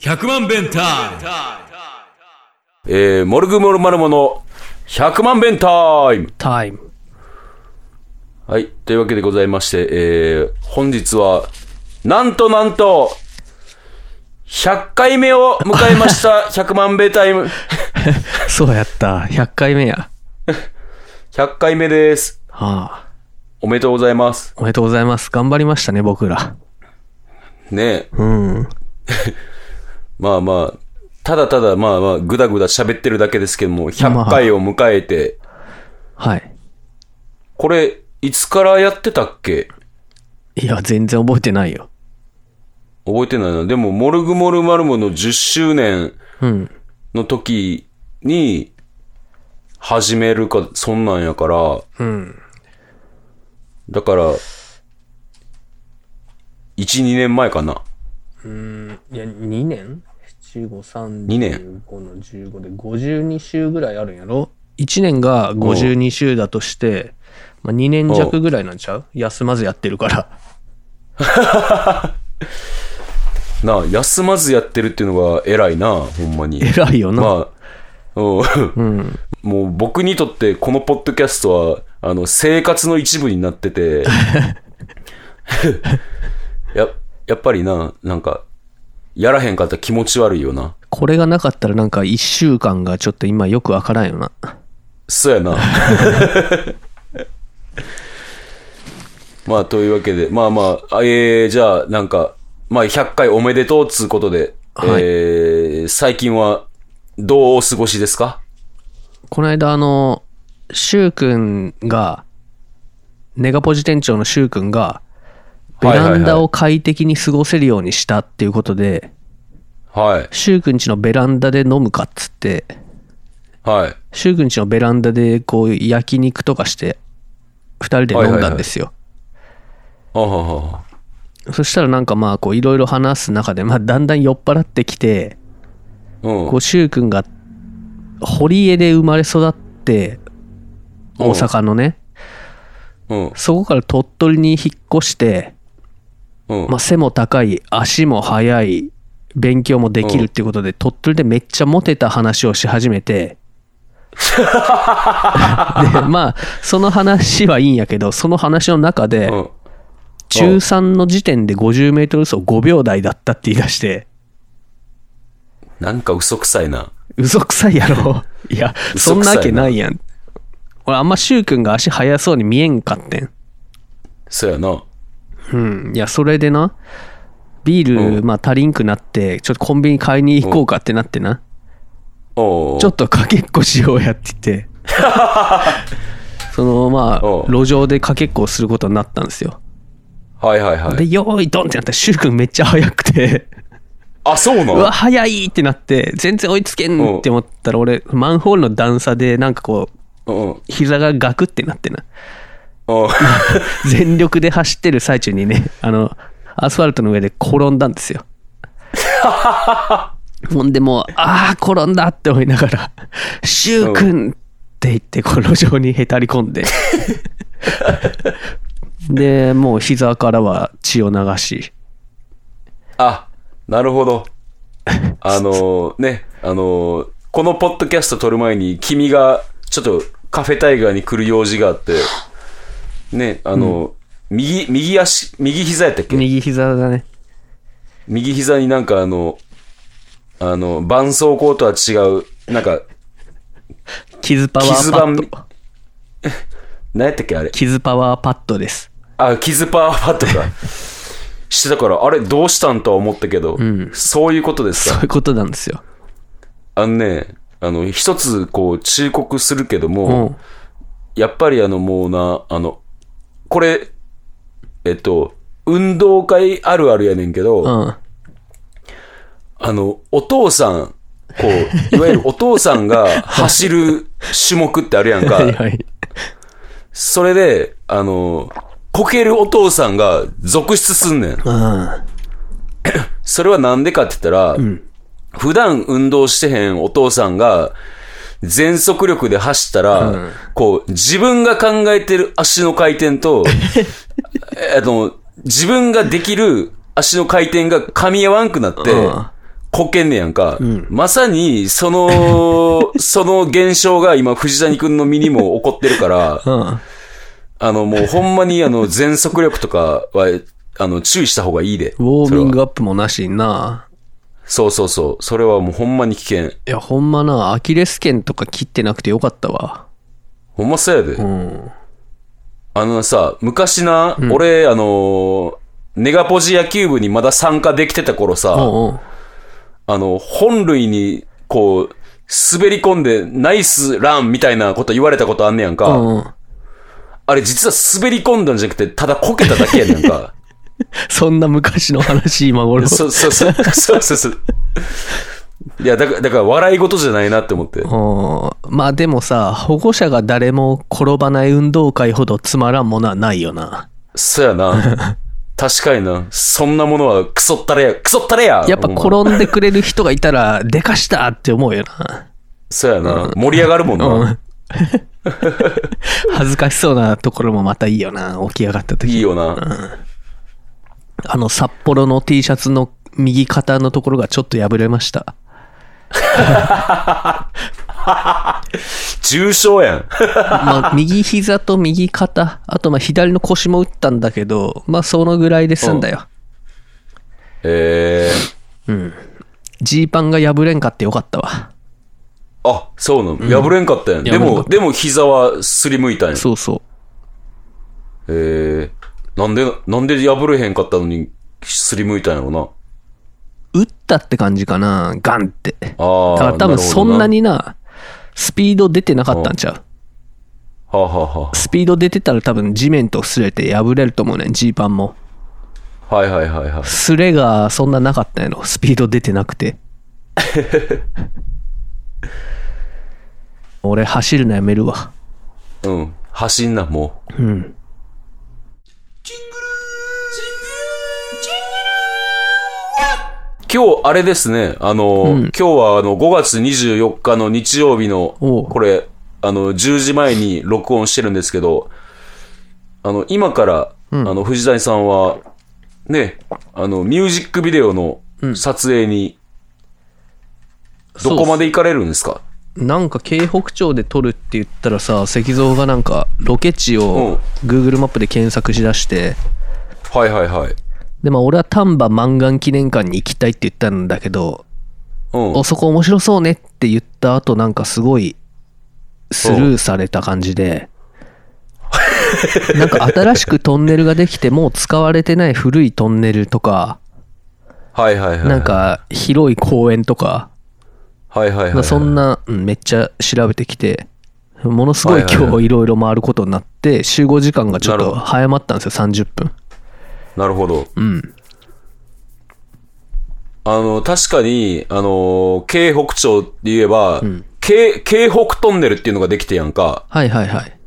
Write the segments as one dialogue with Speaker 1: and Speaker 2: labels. Speaker 1: 100万弁タ
Speaker 2: えー、モルグモルマルモの100万弁タイム
Speaker 3: タイム。
Speaker 2: はい。というわけでございまして、えー、本日は、なんとなんと、100回目を迎えました、100万弁タイム。
Speaker 3: そうやった。100回目や。
Speaker 2: 100回目です。
Speaker 3: はあ。
Speaker 2: おめでとうございます。
Speaker 3: おめでとうございます。頑張りましたね、僕ら。
Speaker 2: ねえ。
Speaker 3: うん。
Speaker 2: まあまあ、ただただまあまあ、ぐだぐだ喋ってるだけですけども、100回を迎えて、
Speaker 3: はい。
Speaker 2: これ、いつからやってたっけ
Speaker 3: いや、全然覚えてないよ。
Speaker 2: 覚えてないな。でも、モルグモルマルモの10周年
Speaker 3: うん。
Speaker 2: の時に、始めるか、そんなんやから、
Speaker 3: うん。
Speaker 2: だから、1、2年前かな。
Speaker 3: いや、2年 ?7、5、
Speaker 2: 二
Speaker 3: 3
Speaker 2: 年
Speaker 3: 5の15で52週ぐらいあるんやろ ?1 年が52週だとして、まあ、2年弱ぐらいなんちゃう休まずやってるから。
Speaker 2: なあ、休まずやってるっていうのが偉いな、ほんまに。
Speaker 3: 偉いよな。
Speaker 2: まあ、うん。もう僕にとってこのポッドキャストは、あの、生活の一部になってて、や、やっぱりな、なんか、やらへんかったら気持ち悪いよな。
Speaker 3: これがなかったらなんか1週間がちょっと今よくわからんよな。
Speaker 2: そうやな。まあ、というわけで、まあまあ、あえー、じゃあ、なんか、まあ、100回おめでとうっつうことで、
Speaker 3: はい
Speaker 2: えー、最近は、どうお過ごしですか
Speaker 3: この間あの、シュウくんが、ネガポジ店長のシュウくんが、ベ
Speaker 2: はいはいはい
Speaker 3: ランダを快適に過ごせるようにしたっていうことで、
Speaker 2: はい、
Speaker 3: シュウくんちのベランダで飲むかっつって、
Speaker 2: はい。
Speaker 3: シュウくんちのベランダでこう焼肉とかして、二人で飲んだんですよ。
Speaker 2: あはは。
Speaker 3: そしたらなんかまあこういろいろ話す中で、まあだんだん酔っ払ってきて、
Speaker 2: うん。
Speaker 3: こうシュウくんが堀江で生まれ育って、
Speaker 2: うん
Speaker 3: 大阪のね、
Speaker 2: うん。
Speaker 3: そこから鳥取に引っ越して、
Speaker 2: うん。
Speaker 3: まあ、背も高い足も速い勉強もできるっていうことで、鳥取でめっちゃモテた話をし始めてでまあその話はいいんやけどその話の中で、
Speaker 2: うん。
Speaker 3: 中3の時点で 50m 走5秒台だったって言い出して
Speaker 2: なんか嘘くさいな。
Speaker 3: 嘘くさいやろいやそんなわけないやん俺あんまく君が足速そうに見えんかってん
Speaker 2: そうやな。
Speaker 3: うん、いや、それでな、ビール、
Speaker 2: うん
Speaker 3: まあ、足りんくなって、ちょっとコンビニ買いに行こうかってなってな、
Speaker 2: おう
Speaker 3: ちょっとかけっこしようやって言っ て、その、まあ
Speaker 2: お、う
Speaker 3: 路上でかけっこをすることになったんですよ。
Speaker 2: はいはいはい。
Speaker 3: で、よーい、ドンってなったら、シュウ君めっちゃ速くて、
Speaker 2: あ、そうな
Speaker 3: う
Speaker 2: の
Speaker 3: わ、速いってなって、全然追いつけんって思ったら、俺、マンホールの段差で、なんかこう、
Speaker 2: うん。うん。
Speaker 3: 膝がガクってなってな、
Speaker 2: あ
Speaker 3: 全力で走ってる最中にね、あの、アスファルトの上で転んだんですよ。ほんでもう、ああ、転んだって思いながら、シュウくんって言って、この路上にへたり込んで。で、もう膝からは血を流し、
Speaker 2: あ、なるほど。あのー、ね、あのー、このポッドキャスト撮る前に、君が、ちょっとカフェタイガーに来る用事があって、ね、あのー、右、右足、右膝やったっけ
Speaker 3: 右膝だね。
Speaker 2: 右膝になんかあの、あの、絆創膏とは違う、なんか、
Speaker 3: 傷パワーパッ
Speaker 2: 傷
Speaker 3: ド。
Speaker 2: 何やったっけあれ。
Speaker 3: 傷パワーパッドです。
Speaker 2: あ、傷パワーパッドか。 してたから、あれ、どうしたんとは思ったけど、そういうことです
Speaker 3: そ
Speaker 2: か
Speaker 3: う。いうことなんですよ。
Speaker 2: あのね、あの、一つ、こう、忠告するけど
Speaker 3: う
Speaker 2: も、
Speaker 3: ん。
Speaker 2: やっぱりあの、もうな、あの、これ、えっと、運動会あるあるやねんけど、
Speaker 3: うん。
Speaker 2: あの、お父さん、こう、いわゆるお父さんが 走る種目ってあるやん
Speaker 3: はい
Speaker 2: か、
Speaker 3: はい。
Speaker 2: それで、あの、こけるお父さんが続出すんねん。
Speaker 3: うん。
Speaker 2: それはなんでかって言ったら、普段運動してへんお父さんが、全速力で走ったら、 こう、自分が考えてる足の回転と、えあの、自分ができる足の回転が噛み合わんくなって
Speaker 3: うん、
Speaker 2: こけんねやんか。まさに、その、その現象が今、藤谷くんの身にも起こってるから、
Speaker 3: うん。
Speaker 2: あの、もうほんまに、あの、全速力とかは、あの、注意した方がいいで。
Speaker 3: ウォーミン
Speaker 2: それ
Speaker 3: グ
Speaker 2: は
Speaker 3: アップもなしにな。
Speaker 2: そうそうそう。それはもうほんまに危険。
Speaker 3: いや、ほんまな、アキレス腱とか切ってなくてよかったわ。
Speaker 2: ほんまそうやで。
Speaker 3: うん。
Speaker 2: あのさ、昔な、俺、あのーネガポジ野球部にまだ参加できてた頃さ、
Speaker 3: うんうん。
Speaker 2: あの、本塁に、こう、滑り込んで、ナイスランみたいなこと言われたことあんねやんか。
Speaker 3: うんうん。
Speaker 2: あれ実は滑り込んだんじゃなくて、ただこけただけや ねんか。
Speaker 3: そんな昔の 話、今頃。
Speaker 2: そうそうそう、そうそうそう。いや、だから、だから笑い事じゃないなって思って。
Speaker 3: うん。まあでもさ、保護者が誰も転ばない運動会ほどつまらんものはないよな。
Speaker 2: そや な。確かにな。そんなものはクソったれや、クソったれや
Speaker 3: やっぱ
Speaker 2: ほんま
Speaker 3: 転んでくれる人がいたら、でかしたって思うよな。
Speaker 2: そやな。盛り上がるもんな。
Speaker 3: うん。恥ずかしそうなところもまたいいよな、起き上がった時。
Speaker 2: いいよな。
Speaker 3: あの、札幌の T シャツの右肩のところがちょっと破れました。
Speaker 2: 重 症やん。
Speaker 3: まあ、右膝と右肩、あとまあ左の腰も打ったんだけど、まあそのぐらいで済んだよ。
Speaker 2: ええ
Speaker 3: ジーパンが破れんかってよかったわ。
Speaker 2: あ、そうなの。破れんかったやん。で
Speaker 3: 破れんか
Speaker 2: も、
Speaker 3: った
Speaker 2: でも膝はすりむいたんやん。
Speaker 3: そうそう。
Speaker 2: えー、なんで、なんで破れへんかったのに、すりむいたんやろな。
Speaker 3: 打ったって感じかな、ガンって。だ
Speaker 2: あー
Speaker 3: から多
Speaker 2: なるほどな
Speaker 3: 分そんなにな、スピード出てなかったんちゃう。
Speaker 2: はあ、はあは
Speaker 3: スピード出てたら多分地面と擦れて破れると思うねん、ジーパンも。
Speaker 2: あ、はいはいはいはい。
Speaker 3: 擦れがそんななかったんやろ、スピード出てなく て。俺走るのやめるわ。
Speaker 2: うん。走んな、もう。今日、あれですね。あの、今日は、あの、5月24日の日曜日の、
Speaker 3: おう
Speaker 2: これ、あの、10時前に録音してるんですけど、あの、今から、あの、藤谷さんは、ね、あの、ミュージックビデオの撮影に、どこまで行かれるんですか
Speaker 3: なんか京北町で撮るって言ったらさ石像がなんかロケ地を Google マップで検索しだして
Speaker 2: はいはいはい。
Speaker 3: でまあ俺は丹波満願記念館に行きたいって言ったんだけど
Speaker 2: うん。
Speaker 3: おそこ面白そうねって言った後なんかすごいスルーされた感じでなんか新しくトンネルができてもう使われてない古いトンネルとか
Speaker 2: はいはいはい。
Speaker 3: なん、か広い公園とか
Speaker 2: はいはい
Speaker 3: ま
Speaker 2: はい、は
Speaker 3: あ
Speaker 2: い。
Speaker 3: そんな、うんめっちゃ調べてきて、ものすごい
Speaker 2: はいはい
Speaker 3: 今
Speaker 2: は
Speaker 3: 日いろいろ回ることになって、集合時間がちょっと早まったんですよ、30分。
Speaker 2: なるほど。うん。あの、確かに、あのー、京北町って言えば、京、京北トンネルっていうのができてやんか。
Speaker 3: はいはいはい。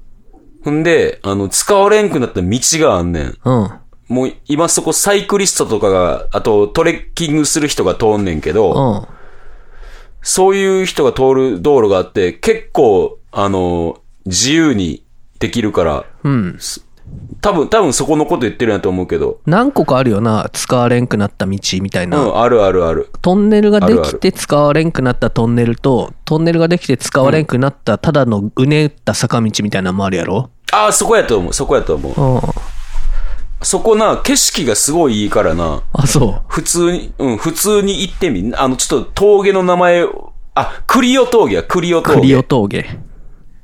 Speaker 2: ほんで、あの、使われんくなった道があんねん。
Speaker 3: うん。
Speaker 2: もう、今そこサイクリストとかが、あとトレッキングする人が通んねんけど、
Speaker 3: うん。
Speaker 2: そういう人が通る道路があって、結構、あのー、自由にできるから、
Speaker 3: うん。
Speaker 2: 多分、多分そこのこと言ってるんやと思うけど、
Speaker 3: 何個かあるよな、使われんくなった道みたいうな。
Speaker 2: ん、あるあるある。
Speaker 3: トンネルがで
Speaker 2: あ
Speaker 3: き
Speaker 2: る
Speaker 3: て使われんくなったトンネルと、トンネルができて使われんくなったただのうねった坂道みたいなのもあるやろ
Speaker 2: ああ、そこやと思う、そこやと思う。
Speaker 3: うん。
Speaker 2: そこな、景色がすごいいいからな、
Speaker 3: あ、そ
Speaker 2: 普通に、うん、普通に行ってみ。あの、ちょっと峠の名前を、あ、栗尾峠や、栗尾
Speaker 3: う。ク
Speaker 2: 峠。
Speaker 3: リオ峠。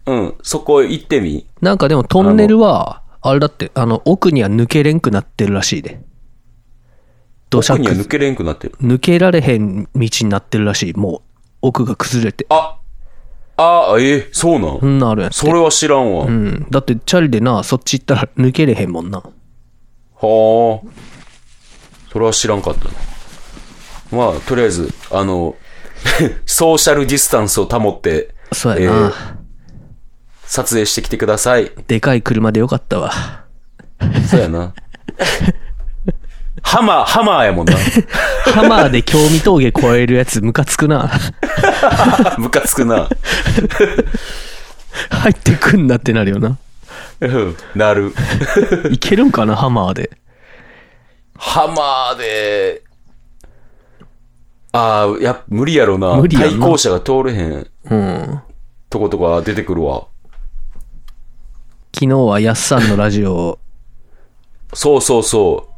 Speaker 2: うん、そこ行ってみ。
Speaker 3: なんかでもトンネルは、あれだって、あの、奥には抜けれんくなってるらしいで。土砂
Speaker 2: 奥には
Speaker 3: 崩
Speaker 2: 抜けれんくなってる。
Speaker 3: 抜けられへん道になってるらしい。もう、奥が崩れて。
Speaker 2: あ、あー、えー、そうなん、
Speaker 3: そんなんあるやん。
Speaker 2: それは知らんわ。
Speaker 3: うん。だって、チャリでな、そっち行ったら抜けれへんもんな。
Speaker 2: はあ。それは知らんかったな。まあ、とりあえず、あの、 ソーシャルディスタンスを保って、
Speaker 3: そうやな。
Speaker 2: 撮影してきてください。
Speaker 3: でかい車でよかったわ。
Speaker 2: そうや な。ハマー、ハマーやもんな。
Speaker 3: ハマーで興味峠越えるやつ、ムカつくな。
Speaker 2: ムカつくな。
Speaker 3: 入ってくんなってなるよな。
Speaker 2: うんなる。
Speaker 3: いけるんかな、ハマーで。
Speaker 2: ハマーで、ああ、やっぱ無理やろな。
Speaker 3: 無理やな
Speaker 2: 対向車が通れへん
Speaker 3: うん。
Speaker 2: とことか出てくるわ。
Speaker 3: 昨日はやっさんのラジオを、
Speaker 2: そうそうそう。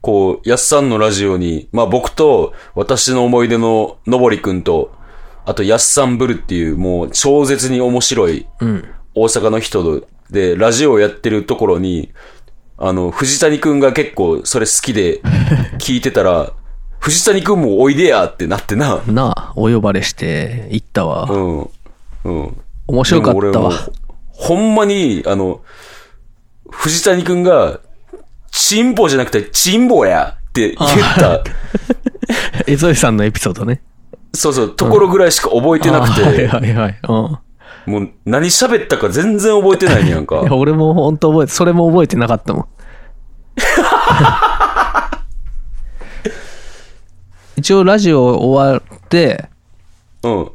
Speaker 2: こう、やっさんのラジオに、まあ僕と私の思い出ののぼりくんと、あとやっさんぶるっていうもう超絶に面白い
Speaker 3: うん。
Speaker 2: 大阪の人で、ラジオをやってるところに、あの、藤谷くんが結構それ好 きで聞いてたら、藤谷くんもおいでやってなってな。
Speaker 3: なあ、お呼ばれして行ったわ。
Speaker 2: うん。うん。
Speaker 3: 面白かっ
Speaker 2: で
Speaker 3: た
Speaker 2: も
Speaker 3: わ
Speaker 2: 俺。もほんまに、あの、藤谷くんが、チンポじゃなくて、チンボやって言った、
Speaker 3: 江添さんのエピソードね。
Speaker 2: そうそう、ところぐらいしか覚えてなく
Speaker 3: あはい
Speaker 2: て、
Speaker 3: はいはい。うん。
Speaker 2: もう何喋ったか全然覚えてないね やんか
Speaker 3: いや、。俺も本当覚えて、それも覚えてなかったも ん。一応ラジオ終わって、
Speaker 2: うん。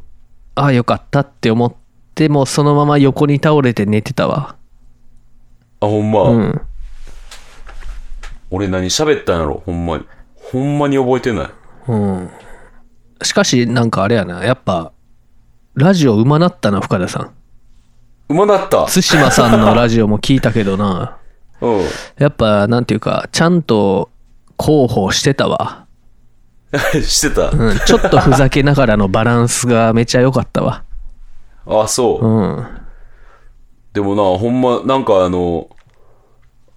Speaker 3: ああ、よかったって思って、もうそのまま横に倒れて寝てたわ。
Speaker 2: あ、ほんま。
Speaker 3: うん。
Speaker 2: 俺何喋ったんやろ、ほんまに。ほんまに覚えてない。
Speaker 3: うん。しかし、なんかあれやな、やっぱ、ラジオうまなったな、深田さん。
Speaker 2: うまなった。
Speaker 3: 対馬さんのラジオも聞いたけどな、
Speaker 2: うん。
Speaker 3: やっぱ、なんていうか、ちゃんと広報してたわ。
Speaker 2: してた。
Speaker 3: うん、ちょっとふざけながらのバランスがめちゃ良かったわ。
Speaker 2: あ、そう。
Speaker 3: うん。
Speaker 2: でもな、ほんま、なんかあの、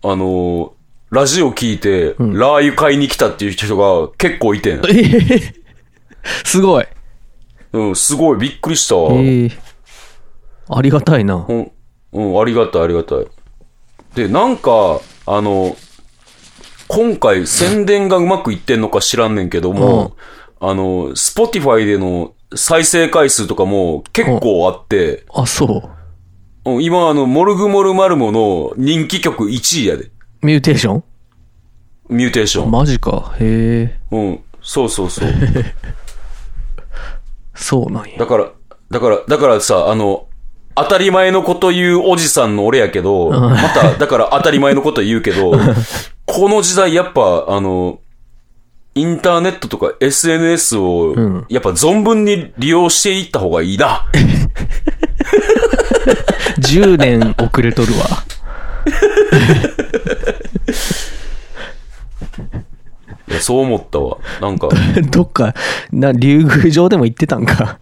Speaker 2: あの、ラジオ聞いて、ラー油買いに来たっていう人が結構いてん。
Speaker 3: えへへすごい。
Speaker 2: うん、すごい、びっくりしたわ。
Speaker 3: ええありがたいな。
Speaker 2: うん、うん、ありがたい、ありがたい。で、なんか、あの、今回宣伝がうまくいってんのか知らんねんけども、あの、Spotify での再生回数とかも結構あって、
Speaker 3: あ、そ
Speaker 2: うん今あの、モルグモルマルモの人気曲1位やで。
Speaker 3: う。ミューテーション
Speaker 2: ミューテーション。
Speaker 3: マジか。へえ。
Speaker 2: うん、そうそうそう。
Speaker 3: そうなんや。
Speaker 2: だから、だから、だからさ、あの、当たり前のこと言うおじさんの俺やけど、また、だから当たり前のこと言うけど、この時代やっぱ、あの、インターネットとか SNS を、やっぱ存分に利用していった方がいいな。
Speaker 3: 10年遅れとるわ。
Speaker 2: いやそう思ったわ。なんか、
Speaker 3: どっか、な、竜宮城でも行ってたん か。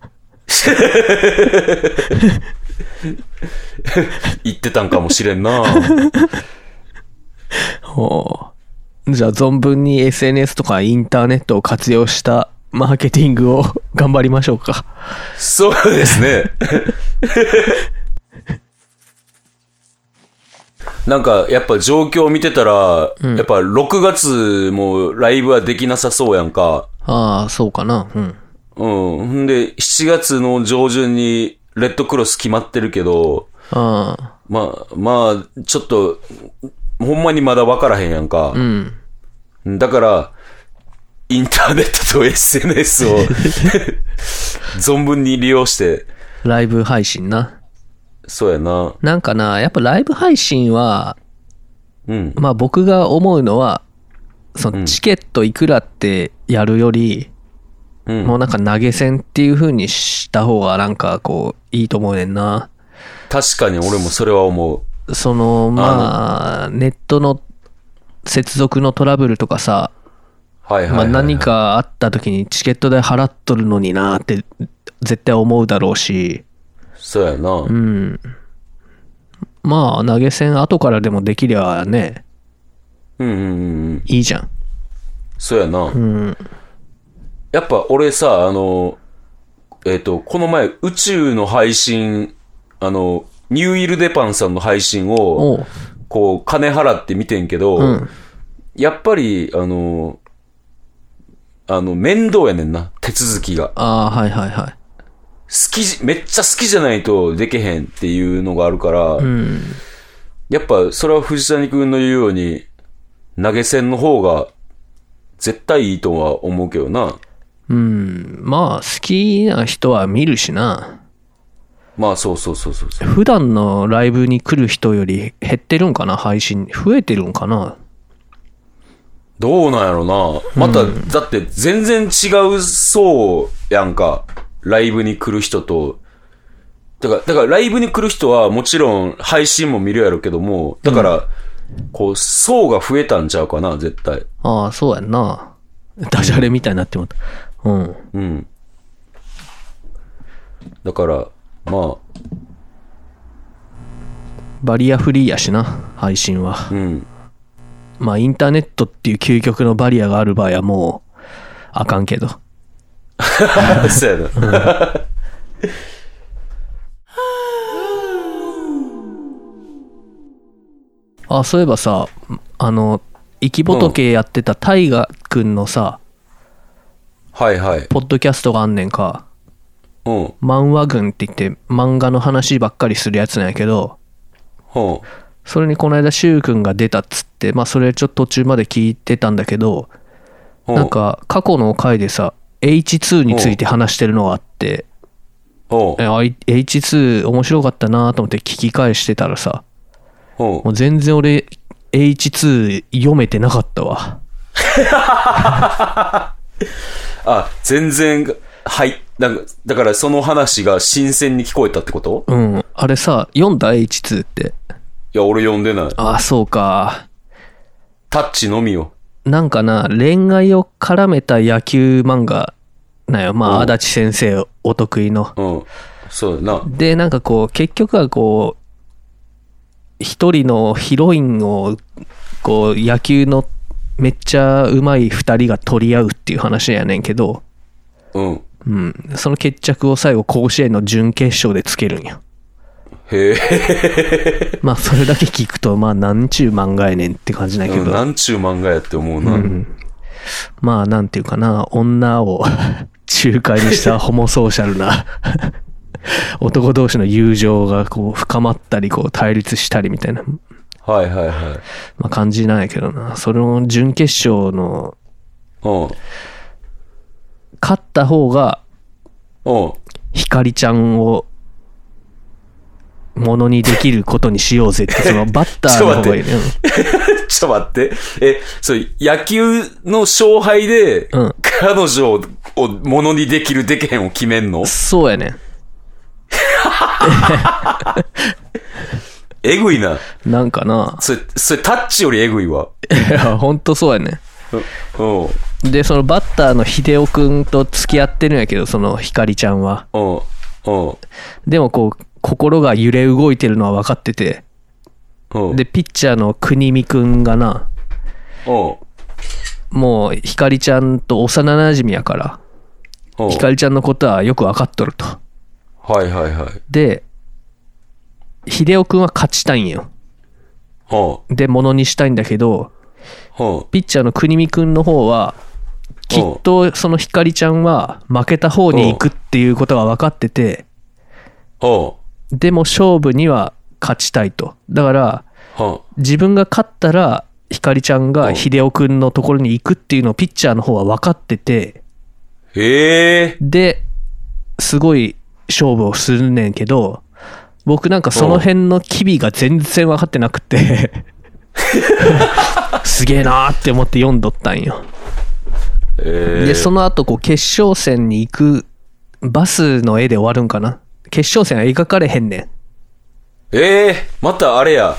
Speaker 2: 言ってたんかもしれんな。
Speaker 3: ほう。じゃあ、存分に SNS とかインターネットを活用したマーケティングを 頑張りましょうか。
Speaker 2: そうですね。 なんか、やっぱ状況を見てたら、やっぱ6月もライブはできなさそうやんか。
Speaker 3: ああ、そうかな。うん。
Speaker 2: うん。んで、7月の上旬にレッドクロス決まってるけど、
Speaker 3: ああ、
Speaker 2: まあ、まあ、ちょっと、ほんまにまだ分からへんやんか。
Speaker 3: うん。
Speaker 2: だから、インターネットと SNS を 存分に利用して、
Speaker 3: ライブ配信な。
Speaker 2: そうやな。
Speaker 3: なんかな、やっぱライブ配信は、
Speaker 2: うん。
Speaker 3: まあ僕が思うのは、そのチケットいくらってやるより、
Speaker 2: うん。
Speaker 3: もうなんか投げ銭っていう風にした方がなんかこういいと思うねんな。
Speaker 2: 確かに俺もそれは思う。
Speaker 3: そのまあネットの接続のトラブルとかさ、
Speaker 2: はいはい、
Speaker 3: ま
Speaker 2: は
Speaker 3: あ
Speaker 2: い。
Speaker 3: 何かあった時にチケット代払っとるのになって絶対思うだろうし、
Speaker 2: そうやな。
Speaker 3: うん。まあ投げ銭後からでもできりゃね、
Speaker 2: うんうんうんうん。
Speaker 3: いいじゃん。
Speaker 2: そうやな。
Speaker 3: うん。
Speaker 2: やっぱ俺さ、あの、えっ、と、この前、宇宙の配信、あの、ニューイルデパンさんの配信を、
Speaker 3: おう。
Speaker 2: こう、金払って見てんけど、
Speaker 3: うん。
Speaker 2: やっぱり、あの、あの、面倒やねんな、手続きが。
Speaker 3: ああ、はいはいはい。
Speaker 2: 好きじ、めっちゃ好きじゃないとできへんっていうのがあるから、
Speaker 3: うん。
Speaker 2: やっぱ、それは藤谷くんの言うように、投げ銭の方が、絶対いいとは思うけどな。
Speaker 3: うん、まあ好きな人は見るしな。
Speaker 2: まあ、そうそうそうそうそう。
Speaker 3: 普段のライブに来る人より減ってるんかな、配信。増えてるんかな。
Speaker 2: どうなんやろな。また、だって全然違うそうやんか。ライブに来る人と。だから、だからライブに来る人はもちろん配信も見るやろうけども、だから、こう、層が増えたんちゃうかな、絶対。
Speaker 3: ああ、そうやんな。ダジャレみたいになってもった。うん。
Speaker 2: うん。だから、まあ、
Speaker 3: バリアフリーやしな、配信は。
Speaker 2: うん。
Speaker 3: まあインターネットっていう究極のバリアがある場合はもうあかんけど。
Speaker 2: そうやな。
Speaker 3: あ、そういえばさ、あの、生き仏やってた大河くんのさ、
Speaker 2: はいはい。
Speaker 3: ポッドキャストがあんねんか、
Speaker 2: うん。うん。
Speaker 3: 漫画群って言って漫画の話ばっかりするやつなんやけど、それにこの間しゅうくんが出たっつって、まあそれちょっと途中まで聞いてたんだけど、
Speaker 2: うん
Speaker 3: なん、か過去の回でさ、H2 について話してるのがあって、
Speaker 2: うん。
Speaker 3: えあい H2 面白かったなと思って聞き返してたらさ、
Speaker 2: うん
Speaker 3: も。う全然俺 H2 読めてなかったわ。
Speaker 2: あ、全然、はい。なんか、だからその話が新鮮に聞こえたってこと
Speaker 3: うん。あれさ、読んだ H2 って。
Speaker 2: いや、俺読んでない。
Speaker 3: ああ、そうか。
Speaker 2: タッチのみよ。
Speaker 3: なんかな、恋愛を絡めた野球漫画なんよ。まあ、
Speaker 2: うん
Speaker 3: 足立先生お得意の。
Speaker 2: うん。そうだな。
Speaker 3: で、なんかこう、結局はこう、一人のヒロインを、こう、野球のめっちゃうまい二人が取り合うっていう話やねんけど、
Speaker 2: うん。
Speaker 3: うん。その決着を最後、甲子園の準決勝でつけるんよ。
Speaker 2: へえ。
Speaker 3: まあそれだけ聞くとまあなんちゅう漫画やねんって感じだけ
Speaker 2: うん
Speaker 3: ど、
Speaker 2: なんちゅう漫画やって思うな。
Speaker 3: まあなんていうかな女を 仲介にしたホモソーシャルな男同士の友情がこう深まったりこう対立したりみたいな、
Speaker 2: はいはいはい。
Speaker 3: まあ、感じなんやけどなその準決勝の
Speaker 2: う
Speaker 3: 勝った方が
Speaker 2: ん。うん。
Speaker 3: ひかりちゃんをものにできることにしようぜってそのバッターの方がいい、ね、
Speaker 2: ちょっと待って。え、そう、野球の勝敗で、
Speaker 3: うん
Speaker 2: 彼女ををものにできるでけへんを決めんの
Speaker 3: そうやね
Speaker 2: えぐいな。
Speaker 3: んなんかな
Speaker 2: それ、それタッチよりえぐいわ。
Speaker 3: いやほんとそうやねん
Speaker 2: うん。うん。
Speaker 3: でそのバッターの秀夫君と付き合ってるんやけどそのひかりちゃんは
Speaker 2: うん。うん。
Speaker 3: でもこう心が揺れ動いてるのは分かってて
Speaker 2: うん。
Speaker 3: でピッチャーの国見君がな
Speaker 2: うん。
Speaker 3: もうひかりちゃんと幼なじみやから
Speaker 2: うん。
Speaker 3: ひかりちゃんのことはよく分かっとると
Speaker 2: はいはいはい。
Speaker 3: で秀夫君は勝ちたいんよ
Speaker 2: う
Speaker 3: でものにしたいんだけど
Speaker 2: ん。うん。
Speaker 3: ピッチャーの国見君の方はきっとそのひかりちゃんは負けた方に行くっていうことが分かってて、
Speaker 2: うん。
Speaker 3: でも勝負には勝ちたいとだから
Speaker 2: うん。
Speaker 3: 自分が勝ったらひかりちゃんが秀夫君のところに行くっていうのをピッチャーの方は分かってて
Speaker 2: へえ。
Speaker 3: ですごい勝負をするねんけど僕なんかその辺の機微が全然分かってなくてすげえなーって思って読んどったんよ
Speaker 2: え
Speaker 3: でその後こう決勝戦に行くバスの絵で終わるんかな決勝戦は描かれへんねん
Speaker 2: ええまたあれや。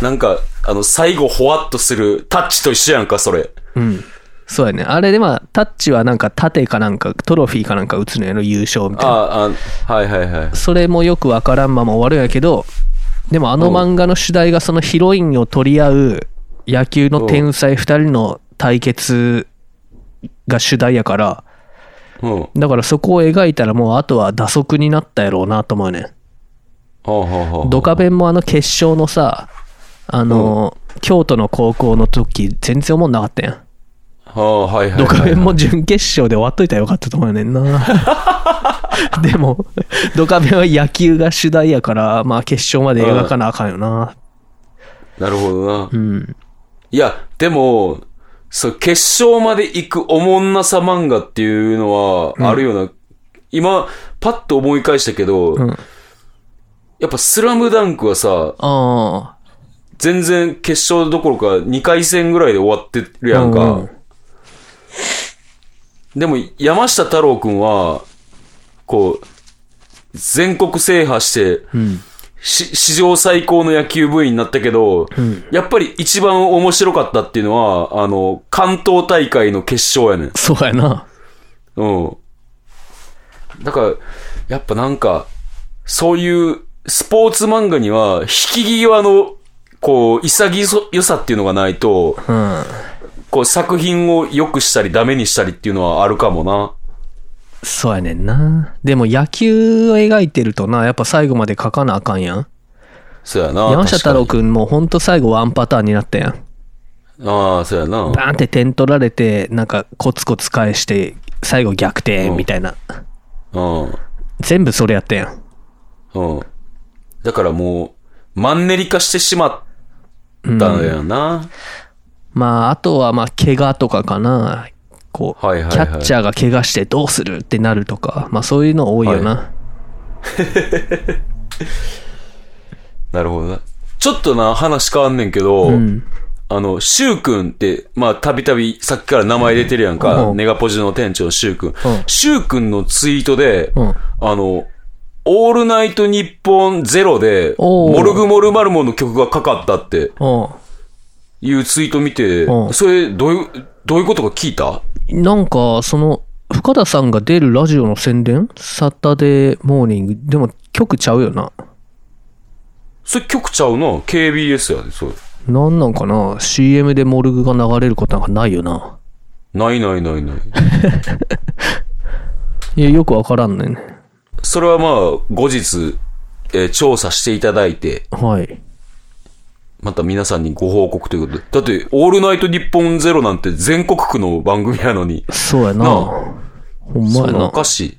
Speaker 2: なんか、あの、最後、ほわっとする、タッチと一緒やんか、それ。
Speaker 3: そうやね。あれでまあ、タッチはなんか盾かなんか、トロフィーかなんか打つのやろ、優勝みたいな。
Speaker 2: ああ、はいはいはい。
Speaker 3: それもよくわからんまま終わるんやけど、でもあの漫画の主題がそのヒロインを取り合う野球の天才2人の対決が主題やから、
Speaker 2: うん。は
Speaker 3: だからそこを描いたらもうあとは打足になったやろうなと思うねん。
Speaker 2: あ、はあはあ、
Speaker 3: ドカベンもあの決勝のさ、あのー、京都の高校の時全然思んなかったやん。
Speaker 2: はあ、はいはい、
Speaker 3: ドカ
Speaker 2: はい。
Speaker 3: ベンも準決勝で終わっといたらよかったと思うねん な。でも、ドカベンは野球が主題やから、まあ決勝まで描かなあかんよな。
Speaker 2: なるほどな。
Speaker 3: うん。
Speaker 2: いや、でも、そう、決勝まで行くおもんなさ漫画っていうのは、あるような、今、パッと思い返したけど、
Speaker 3: ん
Speaker 2: やっぱ、スラムダンクはさ、
Speaker 3: ああ、
Speaker 2: 全然決勝どころか2回戦ぐらいで終わってるやんか。
Speaker 3: うんうん
Speaker 2: でも、山下太郎くんは、こう、全国制覇して、
Speaker 3: うん。
Speaker 2: し史上最高の野球部員になったけど、
Speaker 3: ん
Speaker 2: やっぱり一番面白かったっていうのは、あの、関東大会の決勝やねん。
Speaker 3: そうやな。
Speaker 2: うん。だから、やっぱなんか、そういうスポーツ漫画には、引き際の、こう、潔そ良さっていうのがないと、
Speaker 3: うん。
Speaker 2: こう、作品を良くしたり、ダメにしたりっていうのはあるかもな。
Speaker 3: そうやねんな。でも野球を描いてるとな、やっぱ最後まで書かなあかんやん。
Speaker 2: そうやな。
Speaker 3: 山下太郎
Speaker 2: 確か
Speaker 3: くんもほんと最後ワンパターンになったやん。
Speaker 2: にああ、そうやな。
Speaker 3: バーンって点取られて、なんかコツコツ返して、最後逆転みたいな。
Speaker 2: う
Speaker 3: 全部それやったやん。
Speaker 2: ん。うん。だからもう、マンネリ化してしまったのやな。
Speaker 3: まあ、あとは、まあ、怪我とかかな。こう、
Speaker 2: はいはいはい
Speaker 3: キャッチャーが怪我してどうするってなるとか、まあ、そういうの多いよな。
Speaker 2: なるほどな。ちょっとな、話変わんねんけど、あの、シュウくんって、まあ、たびたびさっきから名前出てるやんか、
Speaker 3: うん
Speaker 2: ネガポジの店長シュウくん。
Speaker 3: ん
Speaker 2: シュウくんのツイートで、
Speaker 3: うん
Speaker 2: あの、オールナイトニッポンゼロで、
Speaker 3: おー
Speaker 2: モルグモルマルモの曲がかかったっていうツイート見て
Speaker 3: う、ん
Speaker 2: それ、どういう、どういうことか聞いた
Speaker 3: うん。なんか、その、深田さんが出るラジオの宣伝サタデーモーニング。でも、曲ちゃうよな。
Speaker 2: それ曲ちゃうな ?KBS やで、それ。
Speaker 3: なんなんかな ?CM でモルグが流れることなんかないよな。
Speaker 2: ないないないない。
Speaker 3: いや、よくわからんねん。
Speaker 2: それはまあ、後日、えー調査していただいて、
Speaker 3: はい。
Speaker 2: また皆さんにご報告ということで。だって、オールナイト日本ゼロなんて全国区の番組やのに。
Speaker 3: そうやな。
Speaker 2: なあ
Speaker 3: ほんま
Speaker 2: そ
Speaker 3: や
Speaker 2: んなん
Speaker 3: な
Speaker 2: お。かしい。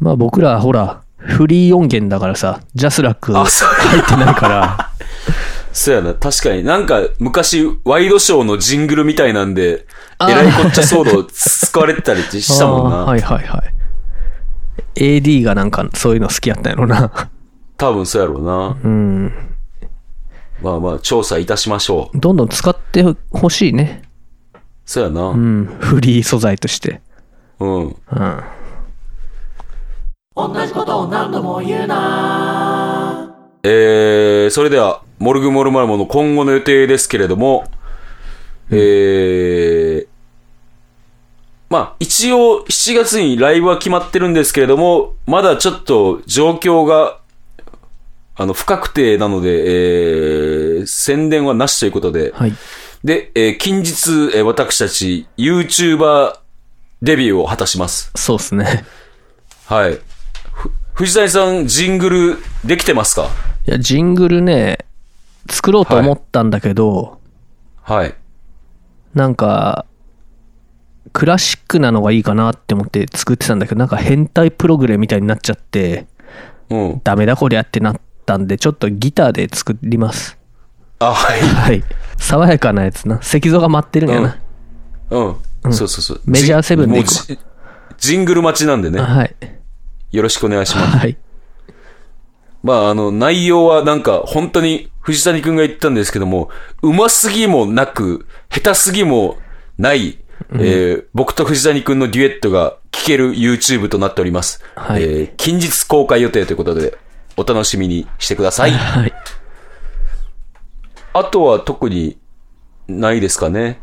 Speaker 3: まあ僕らほら、フリー音源だからさ、ジャスラック入
Speaker 2: あ、そう、
Speaker 3: ってないから、
Speaker 2: そうやな。確かになんか、昔、ワイドショーのジングルみたいなんで、
Speaker 3: あー
Speaker 2: えらいこっちゃ騒動使われてたりしたもんな。
Speaker 3: あーはいはいはい。AD がなんかそういうの好きやったんやろな。
Speaker 2: 多分そうやろうな。
Speaker 3: うん。
Speaker 2: まあまあ、調査いたしましょ う。
Speaker 3: どんどん使ってほしいね。
Speaker 2: そうやな。
Speaker 3: うん。フリー素材として。
Speaker 2: うん。
Speaker 3: うん。
Speaker 2: えー、それでは、モルグモルマルモの今後の予定ですけれども、えー、まあ、一応7月にライブは決まってるんですけれども、まだちょっと状況が、あの、不確定なので、えー、宣伝はなしということで、
Speaker 3: はい。
Speaker 2: で、えー近日、えー私たち YouTuber デビューを果たします。
Speaker 3: そうっすね。
Speaker 2: はい。ふ藤谷さん、ジングルできてますか
Speaker 3: いや、ジングルね、作ろうと思ったんだけど、
Speaker 2: はい。
Speaker 3: なんか、クラシックなのがいいかなって思って作ってたんだけど、なんか変態プログレみたいになっちゃって、
Speaker 2: うん。
Speaker 3: ダメだこりゃってなったんで、ちょっとギターで作ります。
Speaker 2: あ、はい。
Speaker 3: はい。爽やかなやつな。石像が待ってるんやな。
Speaker 2: うん。そうそうそう。
Speaker 3: メジャー
Speaker 2: ジ
Speaker 3: セブンで行くわ
Speaker 2: もうジジングル待ちなんでね。
Speaker 3: はい。
Speaker 2: よろしくお願いします。
Speaker 3: はい。
Speaker 2: まあ、あの、内容はなんか、本当に藤谷くんが言ったんですけども、うますぎもなく、下手すぎもない、えー僕と藤谷くんのデュエットが聴ける YouTube となっております。
Speaker 3: はい
Speaker 2: えー近日公開予定ということで、お楽しみにしてください。
Speaker 3: はい。
Speaker 2: あとは特にないですかね。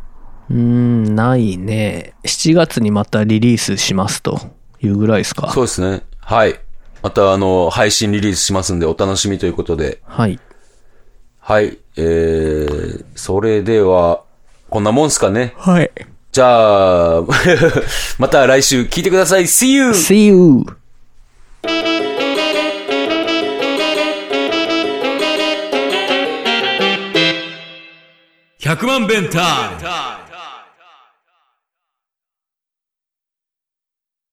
Speaker 3: うーん、ないね。7月にまたリリースしますというぐらいですか。
Speaker 2: そうですね。はい。また、あの、配信リリースしますんで、お楽しみということで。
Speaker 3: はい。
Speaker 2: はい。えー、それでは、こんなもんすかね。
Speaker 3: はい。
Speaker 2: じゃあ、 また来週聞いてください。See you!
Speaker 3: See you!
Speaker 1: 100万ベンター